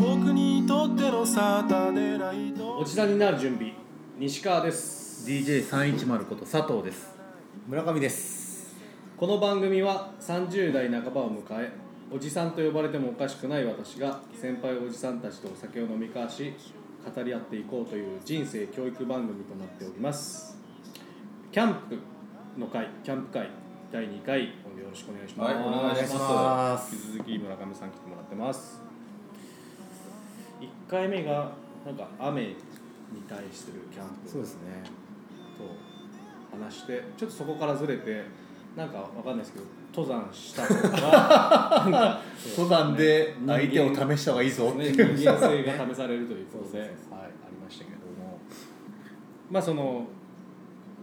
僕にとってのサタデーナイトおじさんになる準備西川です DJ310 こと佐藤です村上ですこの番組は30代半ばを迎えおじさんと呼ばれてもおかしくない私が先輩おじさんたちとお酒を飲み交わし語り合っていこうという人生教育番組となっておりますキャンプの会キャンプ会第2回よろしくお願いします、はいお願いします引き続き村上さん来てもらってます1回目がなんか雨に対するキャンプそうですねと話してちょっとそこからずれてなんかわかんないですけど登山したと かなんか登山で相手を試した方がいいぞってねいう人間性が試されるということではいそうそうありましたけどもまあその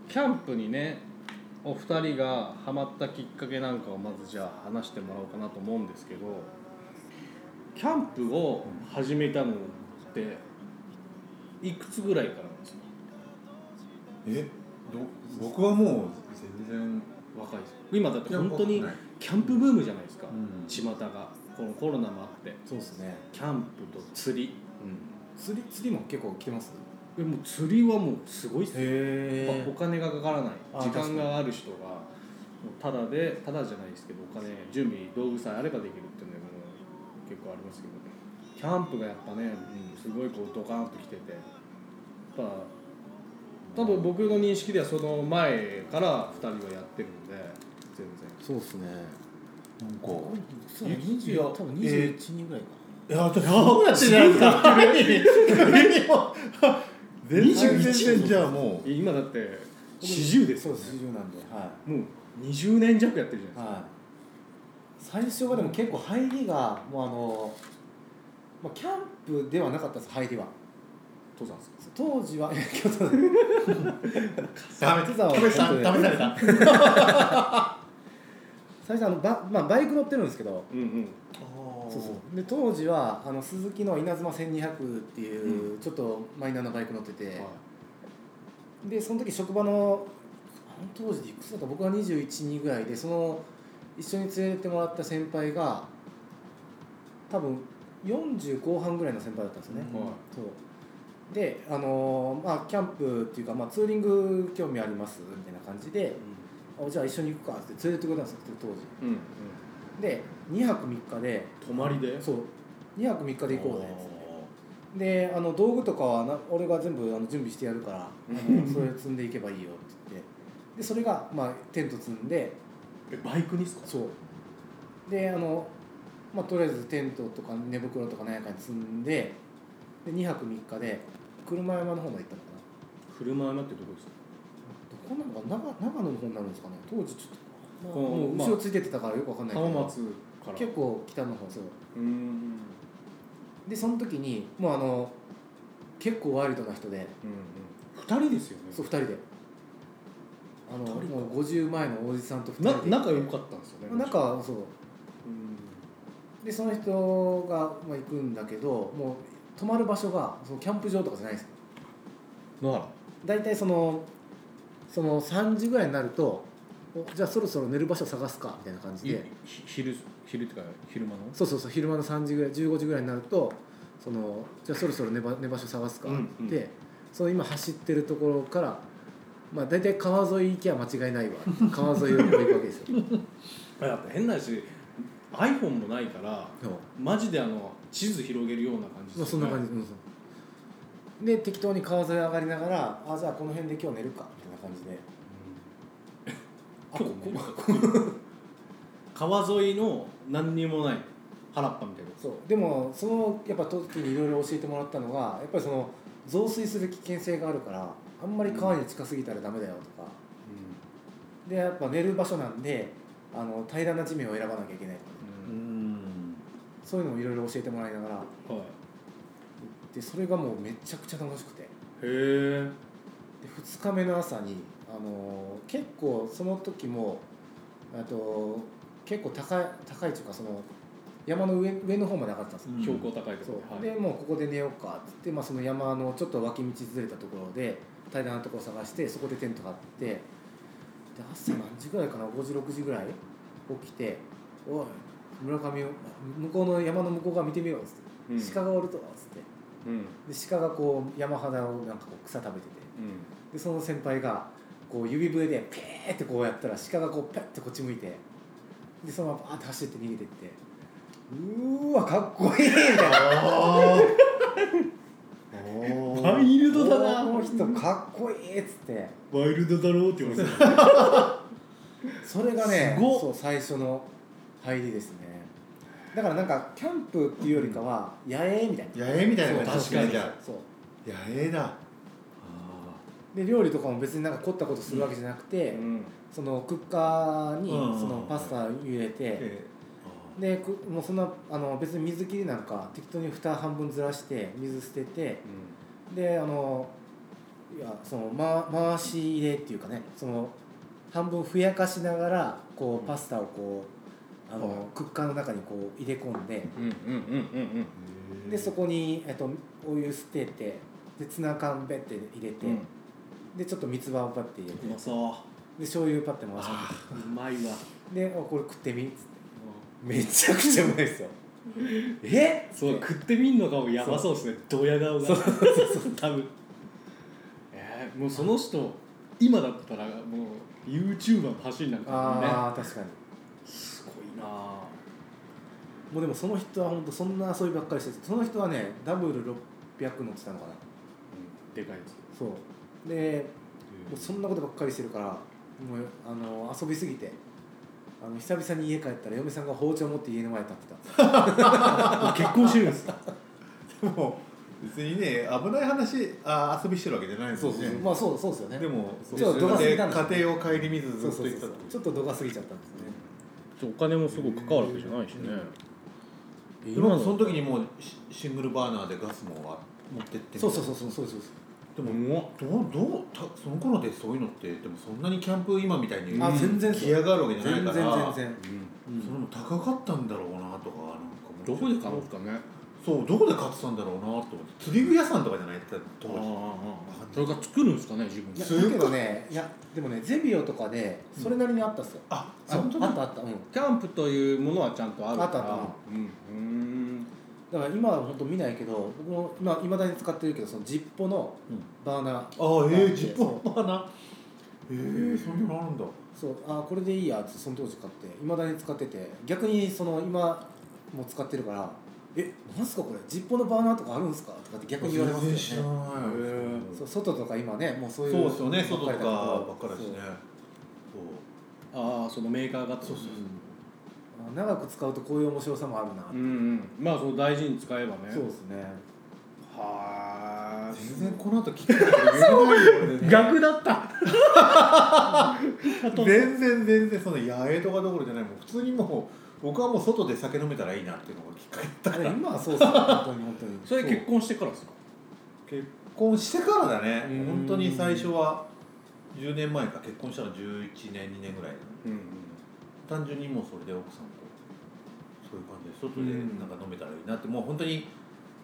キャンプにねお二人がハマったきっかけなんかをまずじゃあ話してもらおうかなと思うんですけどキャンプを始めたのっていくつぐらいからなんですかえど僕はもう全然若いです今だっていや本当にわかんないキャンプブームじゃないですか、うん巷がこのコロナもあってそうですね、キャンプと釣りうん、釣り釣りも結構来てますでも釣りはもうすごいっすよへやっぱお金がかからないあ時確か間にがある人がもうただでただじゃないですけどお金準備道具さえあればできるっていうのがもう結構ありますけどねキャンプがやっぱね、すごいこうドカンと来ててやっぱ多分僕の認識ではその前から2人はやってるので全然そうですねなんかそうい二十いや多分二十一人ぐらいかいやだってそうなってないで すか全然全然じゃあもう今だって40ですよね四十なんで、はもう20年弱やってるじゃない、いではい。最初はでも結構入りがもうあの、まあキャンプではなかったです入りは。すか登山ですか当時は京都ダメダメ試したダメされた最初あのバまあバイク乗ってるんですけど。うんうんそうそうで当時はあのスズキの稲妻1200っていう、ちょっとマイナーなバイク乗ってて、でその時職場のあの当時いくつだった僕は21人ぐらいでその一緒に連れてってもらった先輩が多分40後半ぐらいの先輩だったんですよね、はいそうであのーまあキャンプっていうか、まあ、ツーリング興味ありますみたいな感じであじゃあ一緒に行くかって連れてってくれたんですよ当時うんうんで2泊3日で泊まりでそう2泊3日で行こうぜっつってであの道具とかはな俺が全部あの準備してやるからあの それ積んでいけばいいよって言ってでそれが、まあ、テント積んでえバイクにですかそうであの、まあ、とりあえずテントとか寝袋とか何やかに積んでで2泊3日で車山の方まで行ったのかな車山ってどこですかどこなのか長長野の方になるんですかね当時ちょっとこうもうまあ後ろついてってたからよくわかんないけ浜ど松から結構北の方そううんでその時にもうあの結構ワイルドな人でうん二人ですよねそう2人であの二人かもう50前のおじさんと2な人で仲良かったんですよねなんかそううんでその人が、まあ、行くんだけどもう泊まる場所がそのキャンプ場とかじゃないです野原大体そのその3時ぐらいになるとおじゃあそろそろ寝る場所探すかみたいな感じでひ昼昼ってか昼間のそうそうそう昼間の3時ぐらい15時ぐらいになるとそのじゃあそろそろ寝ば寝場所探すかって、うんうんその今走ってるところから、まあ、大体川沿い行きゃ間違いな いわ川沿いをこう行くわけですよ。やっぱ変なし iPhone もないからそうマジであの地図広げるような感じまあ、そんな感じ、うんそうで適当に川沿い上がりながらあじゃあこの辺で今日寝るかみたいな感じで今日あ こ川沿いの何にもない原っぱみたいなそうでもそのやっぱ時にいろいろ教えてもらったのがやっぱりその増水する危険性があるからあんまり川に近すぎたらダメだよとか、でやっぱ寝る場所なんであの平らな地面を選ばなきゃいけないとかうんそういうのもいろいろ教えてもらいながらはいでそれがもうめちゃくちゃ楽しくてへえで2日目の朝に、あのー結構その時もあと結構高い高いというかその山の上上の方まで上がったんですよ、標高高いとそこうろでもうここで寝ようかっつって、まあ、その山のちょっと脇道ずれたところで平らなところ探してそこでテント張ってで朝何時ぐらいかな5時6時ぐらい起きて「おい村上を向こうの山の向こう側見てみろ」っつって、うん鹿がおると」っつってうんうんで鹿がこう山肌をなんかこう草食べててでその先輩がこう指笛でピーってこうやったら鹿がこうペッてこっち向いてでそのままバーって走って逃げてってうーわかっこいいみたいな。あーワイルドだなこの人かっこいいっつってワイルドだろうって言われてそれがねすごっそう最初の入りですねだからなんかキャンプっていうよりかは野営みたいな野営みたいなそう確かにじゃそうあ野営だで料理とかも別になんか凝ったことするわけじゃなくて、うんそのクッカーにうんそのパスタ入れて、えでくもうそんなあの別に水切りなんか適当に蓋半分ずらして水捨ててであのいやその、ま、回し入れっていうかねその半分ふやかしながらこうパスタをこうあの、はクッカーの中にこう入れ込んでうんうんうんうんでそこに、えっと、お湯捨ててでツナ缶べって入れて、うんでちょっと三つ葉をパッて入れてうでまそう醤油パッて回し込んうまいわでであこれ食ってみっつってめちゃくちゃうま いですよえっそう食ってみんのがもやばそうですねドヤ顔がそう 多分えーもうその人今だったらもう YouTuber の走りなんかああ確かにねすごいなあもうでもその人は本当そんな遊びばっかりしててその人はねダブル600乗ってたのかなうんでかいですそうでもうそんなことばっかりしてるからもうあの遊びすぎてあの久々に家帰ったら嫁さんが包丁持って家の前に立ってたもう結婚してるんですでも別にね危ない話あ遊びしてるわけじゃないですよねまあそうそうですよねでもそちょっと度が過ぎたんですね家庭を顧みずずそっうとそ言うってたそうそっうてちょっと度が過ぎちゃったんですねお金もすごく関わるわけじゃないしねでもその時にもうシシングルバーナーでガスもわ持ってってそうそうそうそうそうそうでもどうどうたその頃でそういうのってでもそんなにキャンプ今みたいにあ全然そうギアがあるわけじゃない全から然全然、うんそれも高かったんだろうなとかなんかもうどこで買うんですかねそうどこで買ってたんだろうなと思って釣り具屋さんとかじゃないって当時それから作るんですかね自分いでやすっごいだけどねいやでもねゼビオとかでそれなりにあったっすよ、ああ本当あだったあったうんキャンプというものはちゃんとあるからあったあっうんうーんだから今は本当見ないけど僕も今いまだに使ってるけどそのジッポのうんバーナーあえだってえジッポーバーナーええそんなのあるんだそうあーこれでいいやってその当時買っていまだに使ってて逆にその今も使ってるから「えなんすかこれジッポのバーナーとかあるんすか?」とかって逆に言われますよねねそう外とか今ねもうそういうそうですよね外とばかっりだばっかりだしねそうそああそのメーカーがそうそうあー長く使うとこういう面白さもあるな、うんうんまあその大事に使えばねそうですねはあう全然この後聞くこと言えないよね逆だった 全然全然その野営とかどころじゃないもう普通にもう僕はもう外で酒飲めたらいいなっていうのがきっかけだっただから今はそうっすよ本当に本当にそれ結婚してからですか結婚してからだねうん本当に最初は10年前か結婚したの11年2年ぐらいうんうん単純にもうそれで奥さんとそういう感じで外うでんなんか飲めたらいいなってもう本当に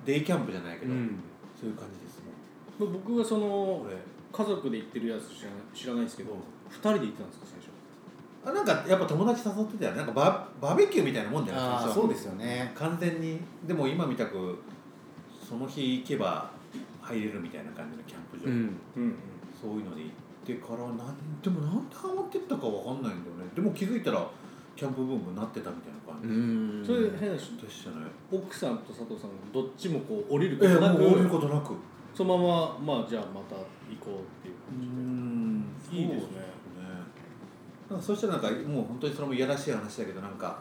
デイキャンプじゃないけど、うんそういう感じですもまんあ僕がそのこれ家族で行ってるやつ知らない知らないですけど二人で行ったんですか最初あなんかやっぱ友達誘ってたよなんかババーベキューみたいなもんじゃないああ最ー初そうですよね完全にでも今みたくその日行けば入れるみたいな感じのキャンプ場、うんうんうんそういうので行ってからなんでもなんでハマってったかわかんないんだよねでも気づいたらキャンプブームになってたみたいな感うじ、んそれ変なしでしたね奥さんと佐藤さんどっちもこう降りるえことなもくう降りることなくそのまままあじゃあまた行こうっていう感んいいですねなんかそしたらなんかもう本当にそれもいやらしい話だけどなんか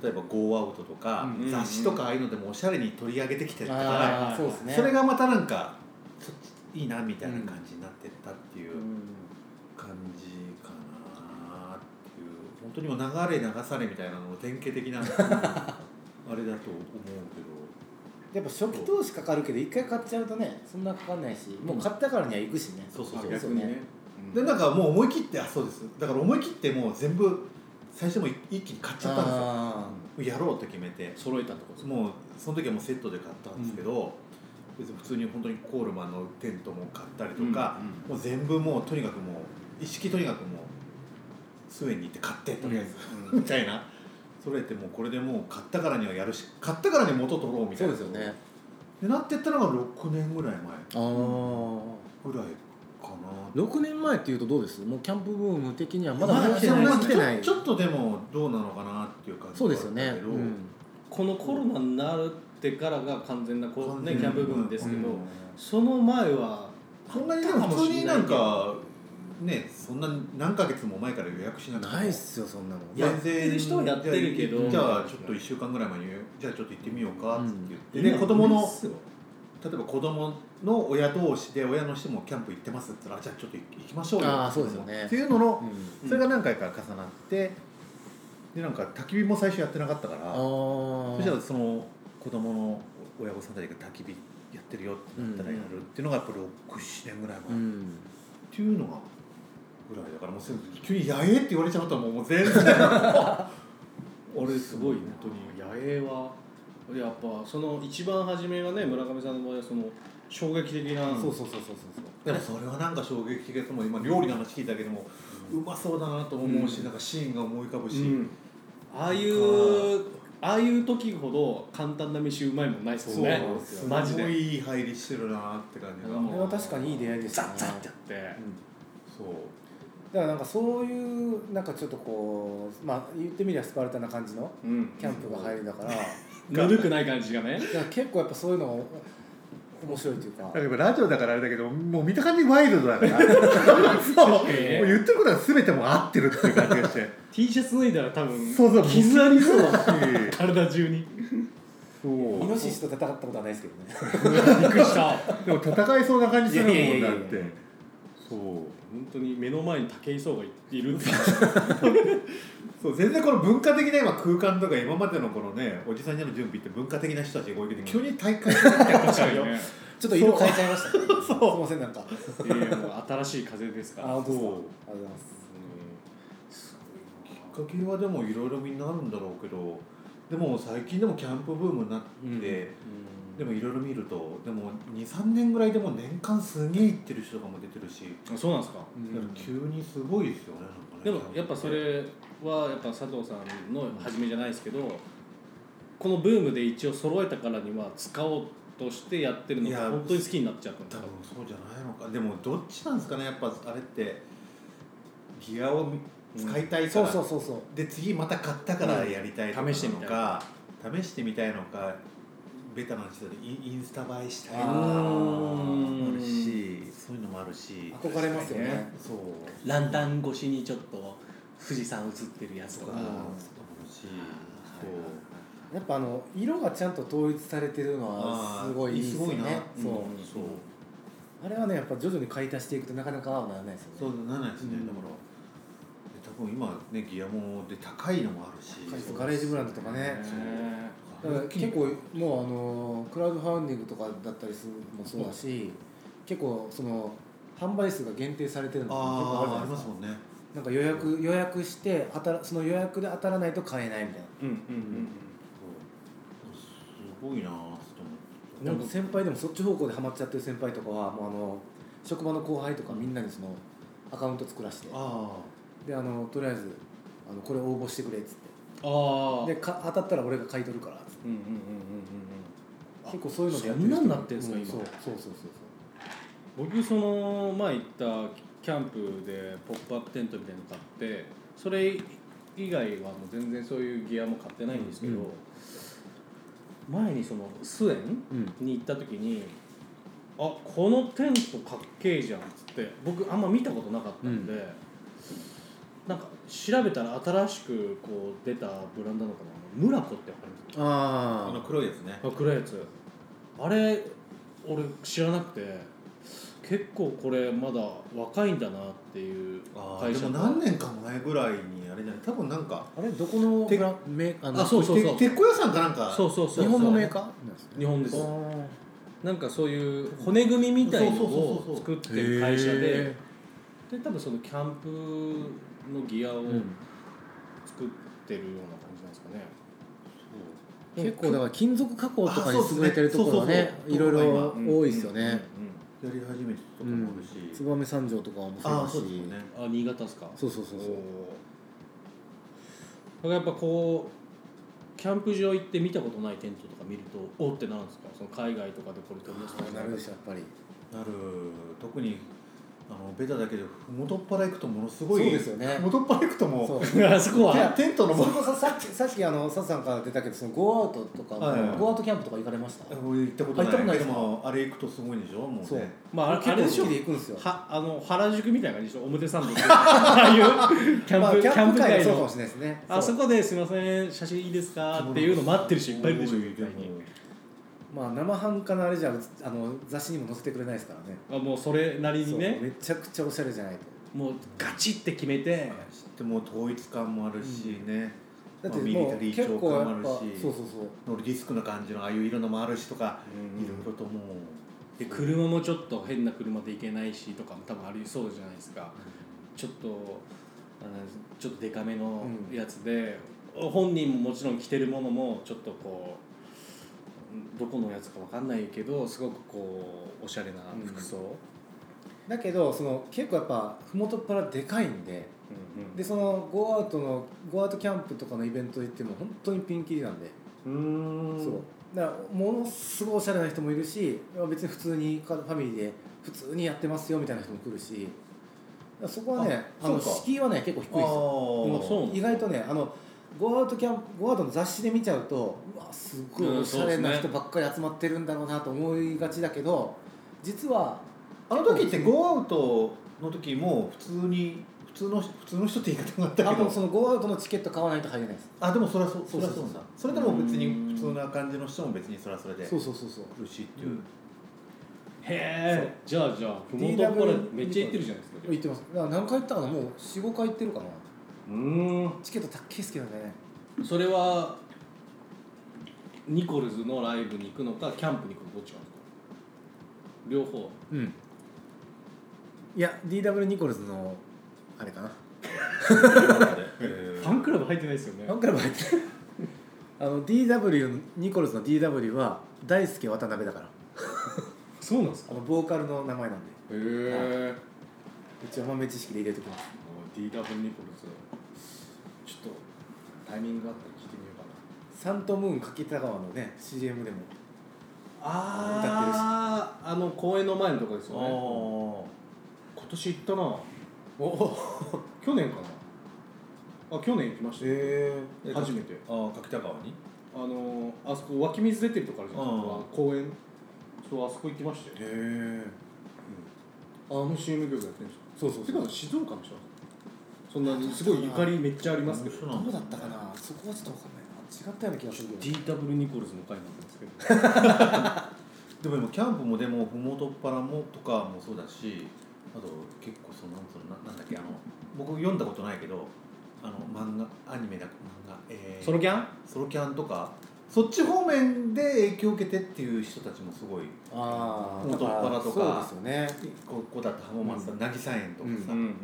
例えば「ゴーアウト」とか、うん雑誌とかああいうのでもおしゃれに取り上げてきてたからあーそうですねそれがまたなんかそっちいいなみたいな感じになってったっていじうでうん感じかなっていう本当にもう流れ流されみたいなのも典型的なあれだと思うけどやっぱ初期投資かかるけど一回買っちゃうとねそんなかかんないしもう買ったからには行くしねそうそうあそう逆にね でなんかもう思い切ってあそうですだから思い切ってもう全部最初もう一気に買っちゃったんですよもあうやろうと決めて揃えたってことですねもうその時はもうセットで買ったんですけど、別に普通に本当にコールマンのテントも買ったりとか、もう全部もうとにかくもう一式とにかくもうスウェーデンに行って買ってとりあえず、う んみたいなそれってもうこれでもう買ったからにはやるし買ったからには元取ろうみたあそいうなですよねでなってったのが6年ぐらい前ああぐらいかな6年前っていうとどうですもうキャンプブーム的にはまだま来てないまだ来てないちょちょっとでもどうなのかなっていう感じそうですよね、だったけどうん、このコロナになるってからが完全なこう、ね、完全なキャンプブームですけど、うんその前はそんなにでも普通になんかねそんな何ヶ月も前から予約しなくてもないっすよそんなのやってる人はやってるけどじゃあちょっと1週間ぐらい前にじゃあちょっと行ってみようかって言って、今で子供いいっのすよ例えば子供の親同士で親の人もキャンプ行ってますって言ったらあじゃあちょっと行きましょうよあーそうですよねっていうのの、うんうんそれが何回か重なってでなんか焚き火も最初やってなかったからあそしたらその子供の親御さんたちが焚き火やってるよってなったらやるっていうのがやっぱ67年ぐらい前、うっんていうのがぐらいだからもうすぐ急に「やえ!」って言われちゃうともうもう全然俺すごい本当に野営はやっぱその一番初めはね村上さんの場合はその衝撃的な、そうそうそうそうそうそうでもそれはなんか衝撃的ですもん今料理の話聞いたけども、うまそうだなとも思うし、うんなんかシーンが思い浮かぶし、うんああいうああいう時ほど簡単な飯うまいもんないっすよねそうすごマジでいいい入りしてるなって感じが、うんこれは確かにいい出会いでしたねってうんそうだからなんかそういうなんかちょっとこうまあ言ってみりゃスパルタな感じのうんキャンプが入りだからだかぬるくない感じがねら結構やっぱそういうのが面白いというか例えばラジオだからあれだけどもう見た感じワイルドだから そうもう言ってることが全てもう合ってるっていう感じがして T シャツ脱いだら多分そうそう傷ありそう だうん体中にそうイノシシと戦ったことはないですけどねびっくりしたでも戦いそうな感じするもいやいやんいやだいっやてそう本当に目の前に武井壮がいるんだそう全然この文化的な今空間とか今までのこのねおじさんにの準備って文化的な人たちが多いけど急に大会になってま確しかたによねちょっと色変えちゃいましたね、すいませんなんかいやいやもう新しい風ですからあ本当ですかそうありがとうございますきっかけはでもいろいろみんなあるんだろうけどでも最近でもキャンプブームになって、でもいろいろ見るとでも23年ぐらいでも年間すげえ行ってる人とかも出てるし、あそうなんですかうんだから急にすごいですよねなんかねでもやっぱそれはやっぱ佐藤さんの初めじゃないですけどこのブームで一応揃えたからには使おうとしてやってるのいやが本当に好きになっちゃったんだ多か分らそうじゃないのかでもどっちなんですかねやっぱあれってギアをみうん使いたいかそうら、そうそうそうで次また買ったからやりたいとか試してみたいか試してみたいのかベタな話だとインインスタ映えしたいのかあーもあるしそういうのもあるし憧れますよねそうランタン越しにちょっと富士山映ってるやつととかかもうんあるしやっぱあの色がちゃんと統一されてるのはあーすごいいいですよすごいなねうんそう、そうあれはねやっぱ徐々に買い足していくとなかなか合うならないですそようねならないですねうんだからで多分今ねギアもで高いのもあるし高いですガレージブランドとかねだから結構もうあのクラウドファウンディングとかだったりするのもそうだし、結構その販売数が限定されてるのも結構ああああるりまじゃないですすかもんねなんか予約予約して当たらその予約で当たらないと買えないみたいうんうんうんそうすごいなーって思ってななんか先輩でもそっち方向でハマっちゃってる先輩とかはもうあの職場の後輩とかみんなにそのアカウント作らせてあであのとりあえずあのこれ応募してくれっつっああてでか当たったら俺が買い取るからっつっうてんうんうんうんうんあ結構そういうのでやってる人そんなんなってんすかう今そうそうそうそううん僕その前行ったキャンプでポップアップテントみたいなの買ってそれ以外はもう全然そういうギアも買ってないんですけど、うん前にそのスウェンそううんに行った時に「あこのテントかっけえじゃん」っつって僕あんま見たことなかったんで、なんか調べたら新しくこう出たブランドなのかなムラコってわかりますああのあ黒いやつねあ暗いやつあれ俺知らなくて結構これまだ若いんだなっていうあー会で社もの何年か前ぐらいにあれじゃない多分なんかああれどこのてブラメあのあそうそうそうて鉄鋼屋さんかなんかそうそうそうそう日本のメーカーなんですね日本ですあなんかそういう骨組みみたいのを作ってーる会社へでーで多分そのキャンプのギアをうん作ってるような感じなんですかね結構だから金属加工とかにあそうっす優ねれてるところはねそうそうそういろいろうん多いですよね、やり始めてたとこうもあんるし、燕三条とかもあそあうだしそうですよねうんうんあ新潟ですかそうそうそうそうおーだからやっぱこうキャンプ場行って見たことないテントとか見るとおーってなるんですかその海外とかでこれ取り出したああなるでしょやっぱりなる特にあのベタだけど元っ腹行くとものすごいそうですよね元っ腹行くともそうう ょ あそこいやは テントのもそれこそさっきさっきあのサツさんから出たけどそのゴーアウトとか、はいはいゴーアウトキャンプとか行かれましたあ俺行ったことあ行ったことないでもあれ行くとすごいんでしょもうそうねまああれあれで結し構ょ好きで行くんですよはあの原宿みたいな感じでしょ表参道ああいうキャンプ,、まあキャンプ会会もそうかものしれないですねあそこですいません写真いいですかっていうの待ってる人いっぱいいるでしょすご絶対にでもまあ生半可なあれじゃあの雑誌にも載せてくれないですからねあもうそれなりにそうねめちゃくちゃおしゃれじゃないともうガチって決めてでも統一感もあるしね、だってまあミリもタうリー結調構や感っもあぱるそうしそうそうノルディスクな感じのああいう色のもあるしとか、うんいろいろともで車もちょっと変な車で行けないしとかも多分ありそうじゃないですかちょっとあのちょっとデカめのやつで、本人ももちろん着てるものもちょっとこうどこのやつかわかんないけどすごくこうおしゃれな服装、だけどその結構やっぱ麓っ腹でかいんででそのゴーアウトのゴーアウトキャンプとかのイベント行っても本当にピンキリなんでうんそうだからものすごいおしゃれな人もいるし別に普通にかファミリーで普通にやってますよみたいな人も来るしだからそこはねああのそうか敷居はね結構低いですようああーそうなんだ意外とねあのゴーアウトキャンプゴーアウトの雑誌で見ちゃうとうわすごいおしゃれな人ばっかり集まってるんだろうなと思いがちだけど実はあの時ってゴーアウトの時も普通に普通の普通の人って言い方があったあけどもうそのゴーアウトのチケット買わないと入れないですあでもそれはそうそそうりそゃうそうそうなんだそれでも別に普通な感じの人も別にそれはそれでそう苦そうそうそうしいっていう、へえじゃあじゃあふもと DW これめっちゃ行ってるじゃないですか行ってますだから何回行ったかなもう45回行ってるかなうんチケット高いですけどねそれはニコルズのライブに行くのかキャンプに行くのかどっちかなんですか両方うんいや DW ニコルズのあれかなえファンクラブ入ってないですよねファンクラブ入ってる あの DW ニコルズの DW は大輔渡辺だからそうなんですあのボーカルの名前なんでへえ一応豆知識で入れておきますもう DW ニコルズちょっとタイミングがあったら聞いてみようかなサントムーン柿田川のね CM でもあああの公園の前のとこですよねあ今年行ったなおお去年かなあ去年行きましたよええ初めてああ柿田川にあのあそこ湧き水出てるとこあるじゃないですかうん公園そうあそこ行きましたよえあの CM 曲やってるんですそうそうてそうか静岡の人なんですかそんなにすごいゆかりめっちゃありますけどそうなどんうだったかなそこはちょっと分かんないな違ったような気がするけど DW ニコルズの回なんですけどでも今キャンプもでもふもとっぱらもとかもそうだしあと結構そのなんつうのななんだっけあの僕読んだことないけどあの漫画アニメだ漫画えーソロキャンソロキャンとかそっち方面で影響を受けてっていう人たちもすごいああ元っ腹とかそうですよねここだって浜松さん渚園とかさ、うんうんうん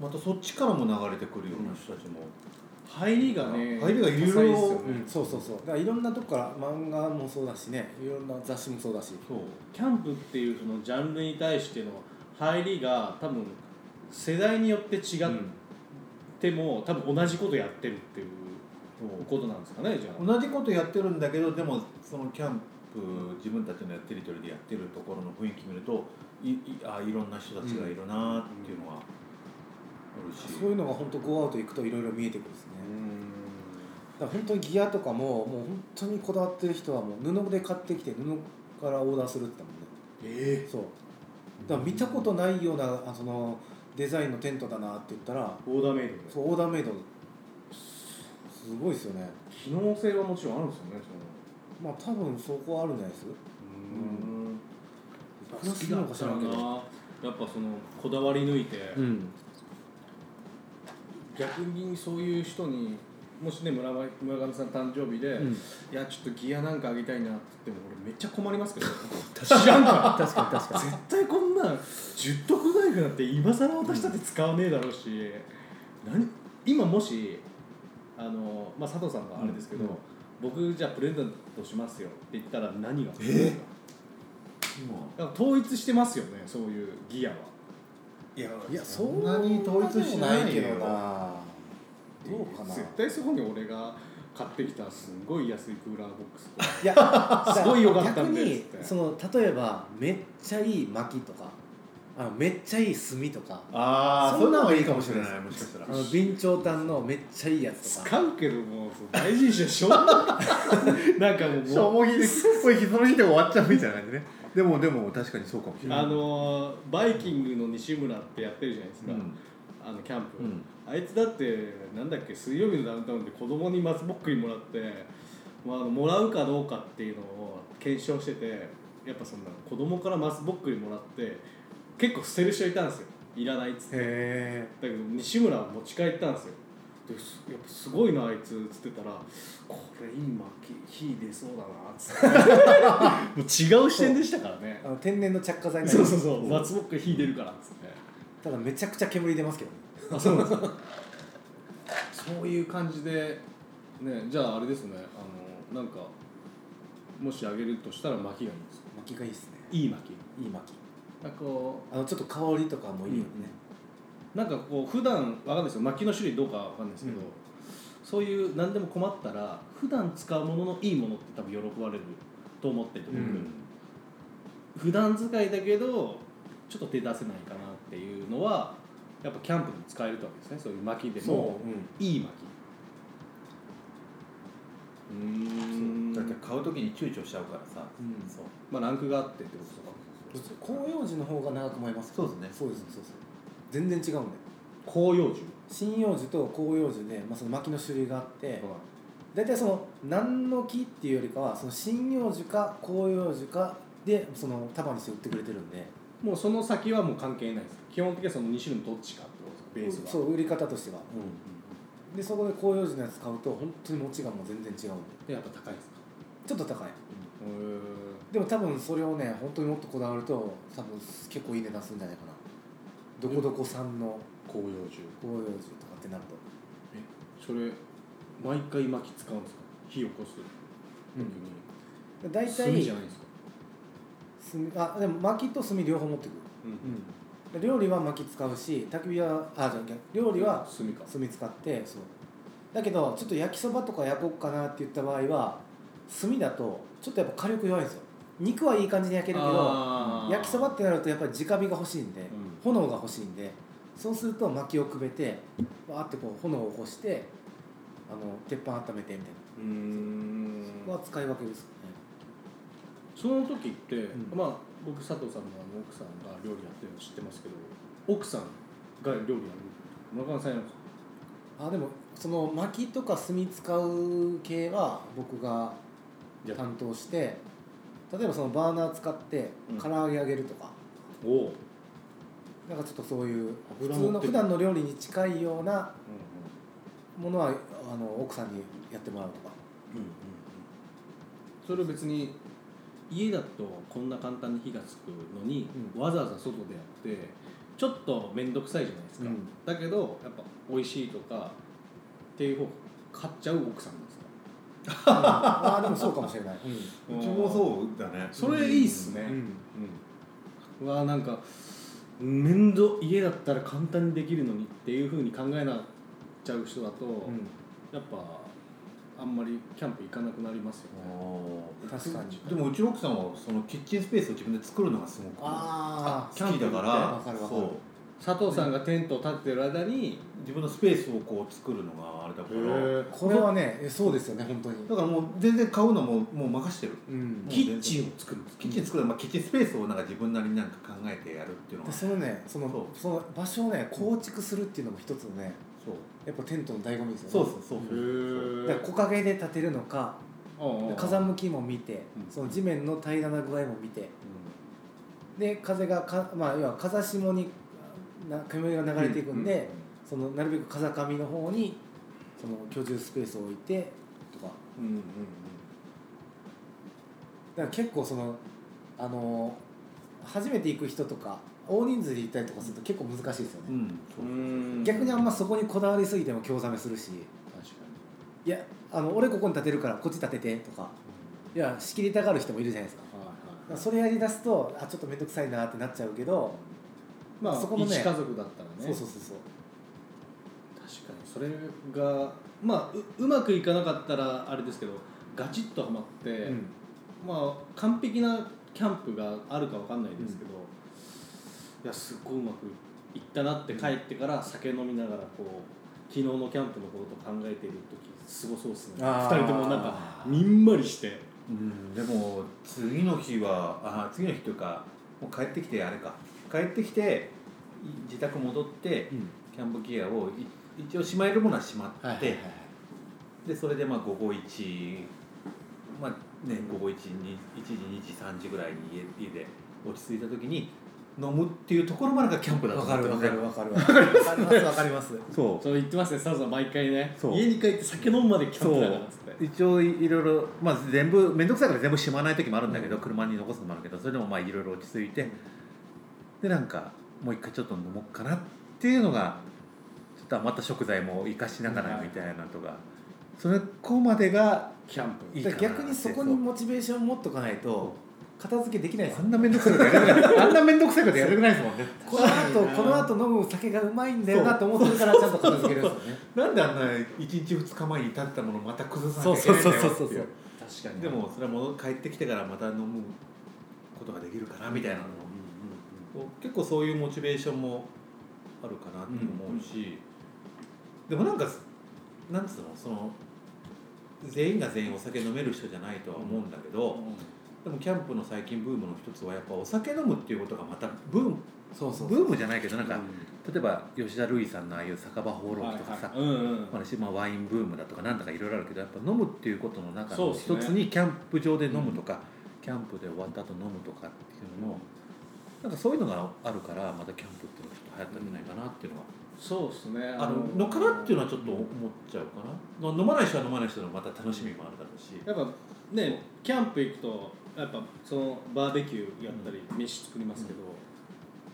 またそっちからも流れてくるような人たちも、入りがね入りがい多彩っろいろすよねうん、そうそうそうだからいろんなとこから漫画もそうだしねいろんな雑誌もそうだしそうキャンプっていうそのジャンルに対しての入りが多分世代によって違っても、多分同じことやってるっていうそこうとなんですかねじゃあ同じことやってるんだけどでもそのキャンプ自分たちのやってる距離でやってるところの雰囲気見るといいあいろんな人たちがいるなっていうのはあるし、そういうのが本当ゴーアウト行くといろいろ見えてくるんですねだから本当にギアとかももう本当にこだわってる人はもう布で買ってきて布からオーダーするって言ったもんねえそうだから見たことないようなあそのデザインのテントだなって言ったらえオーダーメイドでそうオーダーメイドすごいですよね機能性はもちろんあるんですよねまあ多分そこはあるんじゃないですその好きなのか知らんけどやっぱそのこだわり抜いて、ん逆にそういう人にもしね村上村上さん誕生日で、うんいやちょっとギアなんかあげたいなって言っても俺めっちゃ困りますけど知らんから確かに確かに絶対こんなん10徳ナイフなんて今更渡したって使わねえだろうし、何今もしあの、まあ、佐藤さんがあれですけど、うん僕じゃあプレゼントしますよって言ったら何が起こるんですかだから統一してますよねそういうギアは。いやいやそそんんななにに統統一一ししなないいけけどどなどうかな絶対そこに俺が買ってきたすんごい安いクーラーボックスとかいやすごい良かったん逆でにつってその例えばめっちゃいい薪とかあのめっちゃいい炭とかああそそんんななののががいいいいかかももししれれなないいもしかしたらあの備長炭のめっちゃいいやつとか使うけどもそう大事にしてしょうもな なんかもうもうもぎでこれその日で終わっちゃうみたいな感じねでもでも確かにそうかもしれないあのーバイキングの西村ってやってるじゃないですうか、んあのキャンプ、うんあいつだってなんだっけ水曜日のダウンタウンで子供に松ぼっくりもらって、まあ、あのもらうかどうかっていうのを検証しててやっぱそんな子供から松ぼっくりもらって結構捨てる人いたんですよいらないっつってへだけど西村は持ち帰ったんですよですやっぱすごいなあいつつってたらこれ今火出そうだなっつって もう違う視点でしたからねえあの天然の着火剤になり そうますそうそう松ぼっくり火出るからっつってただめちゃくちゃ煙出ますけどねあそうなんですかそういう感じでねじゃああれですねあのなんかもしあげるとしたら薪がいいんです薪がいいですねいい薪いい薪なんかこあのちょっと香りとかもいいよね、うなんかこう普段わかんないですよ薪の種類どうかわかんないですけど、うんそういう何でも困ったら普段使うもののいいものって多分喜ばれると思ってて、僕うん普段使いだけどちょっと手出せないかなっていうのはやっぱキャンプでも使えるってわけですねそういう薪でそうも、いい薪うそうだっんて買う時に躊躇しちゃうからさうんそうまあランクがあってってこととか広葉樹の方が長く燃えますよそうですねそうですそうです全然違うんだよ広葉樹針葉樹と広葉樹で、まあ、その薪の種類があって大体その何の木っていうよりかはその針葉樹か広葉樹かでその束にして売ってくれてるんでもうその先はもう関係ないです基本的にはその2種類のどっちかってことですかベースそはう売り方としては、うんうんでそこで広葉樹のやつ買うと本当に持ちがもう全然違うんででやっぱ高いですかちょっと高いへーでも多分それをね本当にもっとこだわると多分結構いい値段するんじゃないかなどこどこ産の広葉樹広葉樹とかってなると、それ毎回薪使うんですか火起こすだ時い大に炭体じゃないですか炭あでも薪と炭両方持ってくるうんで料理は薪使うし焚き火はあじゃあ逆料理は炭か炭使ってそうだけどちょっと焼きそばとか焼こうかなって言った場合は炭だとちょっとやっぱ火力弱いんですよ肉はいい感じに焼けるけどあー焼きそばってなるとやっぱり直火が欲しいんで、ん炎が欲しいんでそうすると薪をくべてわーってこう炎を起こしてあの鉄板温めてみたいなうーんここは使い分けですよねその時って、んまあ僕佐藤さんのあの奥さんが料理やってるの知ってますけど奥さんが料理やる村上さんやるんですかあでもその薪とか炭使う系は僕がじゃあ担当して例えばそのバーナー使ってうん唐揚げ揚げるとか、おお、うんうん、なんかちょっとそういう普油通持のってく普段の料理に近いようなものはあの奥さんにやってもらうとかうんうんそれを別に家だとこんな簡単に火がつくのに、うわざわざ外でやってちょっと面倒くさいじゃないですか、うんだけどやっぱ美味しいとかっていう方買っちゃう奥さんなんですか、ああでもそうかもしれない、うちもそうだねそれいいっすね、うんうん、うわなんか面倒家だったら簡単にできるのにっていうふうに考えなっちゃう人だと、うやっぱあんまりキャンプ行かなくなりますよあねーん、確かにでもうちの奥さんはそのキッチンスペースを自分で作るのがすごく好ああきだかわからるわかるそう佐藤さんがテントを立ててる間に、自分のスペースをこう作るのがあれだからへこれはねえそうですよね本当にだからもう全然買うのももう任してるうんキッチンを作るんですキッチン作る、まあ、キッチンスペースをなんか自分なりになんか考えてやるっていうのでがそのねそのそうその場所をね構築するっていうのも一つのねそうやっぱテントの醍醐味ですよねそうそうそうへーだから木陰で建てるのかうんうん風向きも見て、うんその地面の平らな具合も見てで風がか、まあ、要は風下にな煙が流れていくんで、そのなるべく風上の方にその居住スペースを置いてとかうんうんうんだから結構そのあの初めて行く人とか大人数で行ったりとかすると結構難しいですようね、んそううんうん逆にあんま確そこにこだわりすぎても興ざめするしかにいやあの俺ここに立てるからこっち立ててとかいや仕切りたがる人もいるじゃないですかだからそれやりだすとあちょっと面倒くさいなってなっちゃうけどまあそこもね一家族だったらねそうそうそうそう確かにそれがまあううまくいかなかったらあれですけどガチッとはまって、うんまあ完璧なキャンプがあるかわかんないですけど、いやすっごいうまくいったなって帰ってから酒飲みながらこう昨日のキャンプのこと考えている時すごそうっすねあ二ー人ともなんかにんまりしてうん、でも次の日はあ次の日というかもう帰ってきてあれか帰ってきてい自宅戻ってキャンプギアをい一応しまえるものはしまって、はいはいはいはいでそれでまあ午後1まあね午後1時に1時2時3時ぐらいに家家で落ち着いた時に飲むっていうところまでがキャンプだとわ思かってるわかるるわかるわかりますわかり ますそそう言ってますねサザン毎回ねそう家に帰って酒飲むまでキャンプだからっつってそう一応いろいろ、まあ、全部面倒くさいから全部しまわない時もあるんだけど、車に残すのもあるけどそれでもまあいろいろ落ち着いて、でなんかもう一回ちょっと飲もうかなっていうのがちょっと余った食材も生かしながらみたいなとか、それこまでがキャンプいいかだなかっらて逆にそこにモチベーションを持っとかないと片付けできないですあよんな面倒くさいことやりたくないあんな面倒くさいことやりたくないですもんねこの後この後飲む酒がうまいんだよなと思ってるからちゃんと片付けるんですよ ねなんであんな1日2日前に立てたものまた崩さなきゃいけそうないんそうだそよっうそうていう確かにでもそれは戻帰ってきてからまた飲むことができるかなみたいなのもうんうん結構そういうモチベーションもあるかなって思うし、でもなんかなんつうのその全員が全員お酒飲める人じゃないとは思うんだけど、うんでもキャンプの最近ブームの一つはやっぱお酒飲むっていうことがまたブームそうそうブームじゃないけどなんか、う例えば吉田類さんのああいう酒場放浪記とかさ、はいはいうんうん私まあワインブームだとかなんだかいろいろあるけどやっぱ飲むっていうことの中そうのっ一すねつにキャンプ場で飲むとか、キャンプで終わった後飲むとかっていうのも、なんかそういうのがあるからまたキャンプっていうのがちょっと流行ったんじゃないかなっていうのは、そうですねあののかなっていうのはちょっと思っちゃうかな、飲まない人は飲まない人のまた楽しみもあるだろうし、やっぱねキャンプ行くとやっぱそのバーベキューやったり飯作りますけど、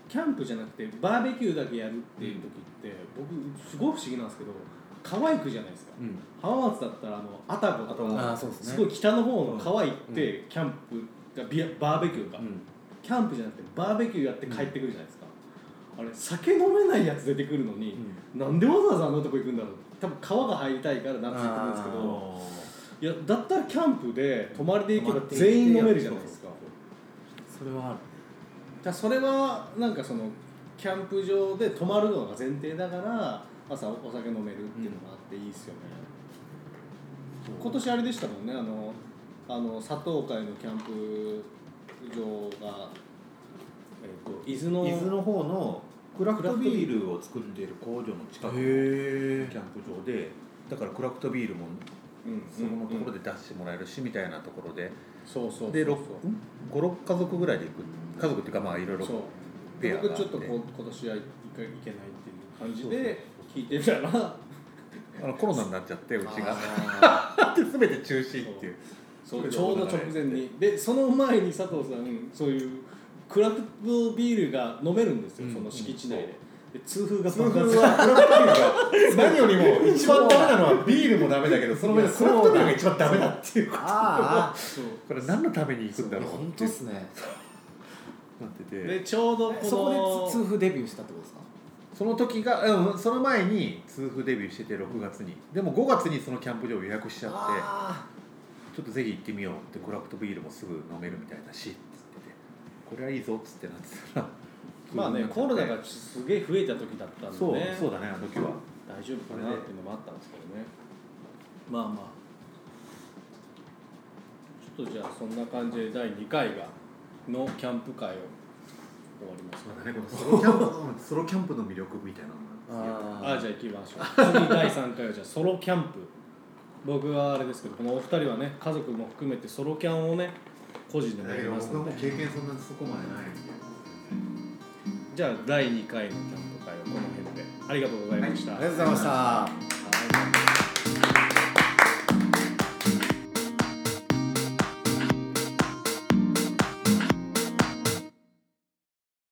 キャンプじゃなくてバーベキューだけやるっていう時って、僕すごい不思議なんですけど川行くじゃないですかうん浜松だったらあのアタゴとあかあそうですねすごい北の方の川行って、キャンプがビアバーベキューか、うんキャンプじゃなくてバーベキューやって帰ってくるじゃないですか、あれ酒飲めないやつ出てくるのに、なんでわざわざあのとこ行くんだろう多分川が入りたいから夏行くんですけああどのいやだったらキャンプで泊まりで行けば泊まって行って全員飲めるじゃないですかだかそれはあるらそれはなんかそのキャンプ場で泊まるのが前提だから朝お酒飲めるっていうのがあっていいですよね、今年あれでしたもんねあのあの佐藤会のキャンプ場が、えっと伊豆の伊豆の方のクラフトビールを作っている工場の近くのキャへンプ場でだからクラフトビールもうんうんうんそこのところで出してもらえるしみたいなところで。そうそうそうそうで56家族ぐらいで行く家族っていうかまあいろいろそうペアがあって僕ちょっとこ今年は一回行けないっていう感じで聞いてみたらあのコロナになっちゃってうちが あで全て中止っていうそそううちょうど直前にでその前に佐藤さんそういうクラフトビールが飲めるんですよ、うんその敷地内で,、で痛風が痛風爆発はクラ フトビールが何よりも一番ダメなのはビールもダメだけどその上でクラフトビールが一番ダメだっていうーあそうこれ何のために行 くんだーろうっ本て当いっうすねなっててでちょうどこのそこで痛風デビューしたってことですかその時がうんその前に痛風デビューしてて6月にでも5月にそのキャンプ場を予約しちゃってあちょっとぜひ行ってみようってクラフトビールもすぐ飲めるみたいだしっつっててこれはいいぞっつってなってたらまあねコロナががすげえ増えた時だったんで、ね、そうそうだねあの時は大丈夫かなっていうのもあったんですけどねまあまあちょっとじゃあそんな感じで第2回がのキャンプ会を終わりましたそうだねこのソロキャンプソロキャンプの魅力みたいなのがあああじゃあ行きましょう次第3回はじゃあソロキャンプ僕はあれですけどこのお二人はね家族も含めてソロキャンをね個人でもだやけりどます僕はのもでう経験そんなそこまでないんでじゃあ第2回のキャンプ会はこの辺でありがとうございました、ありがとうございました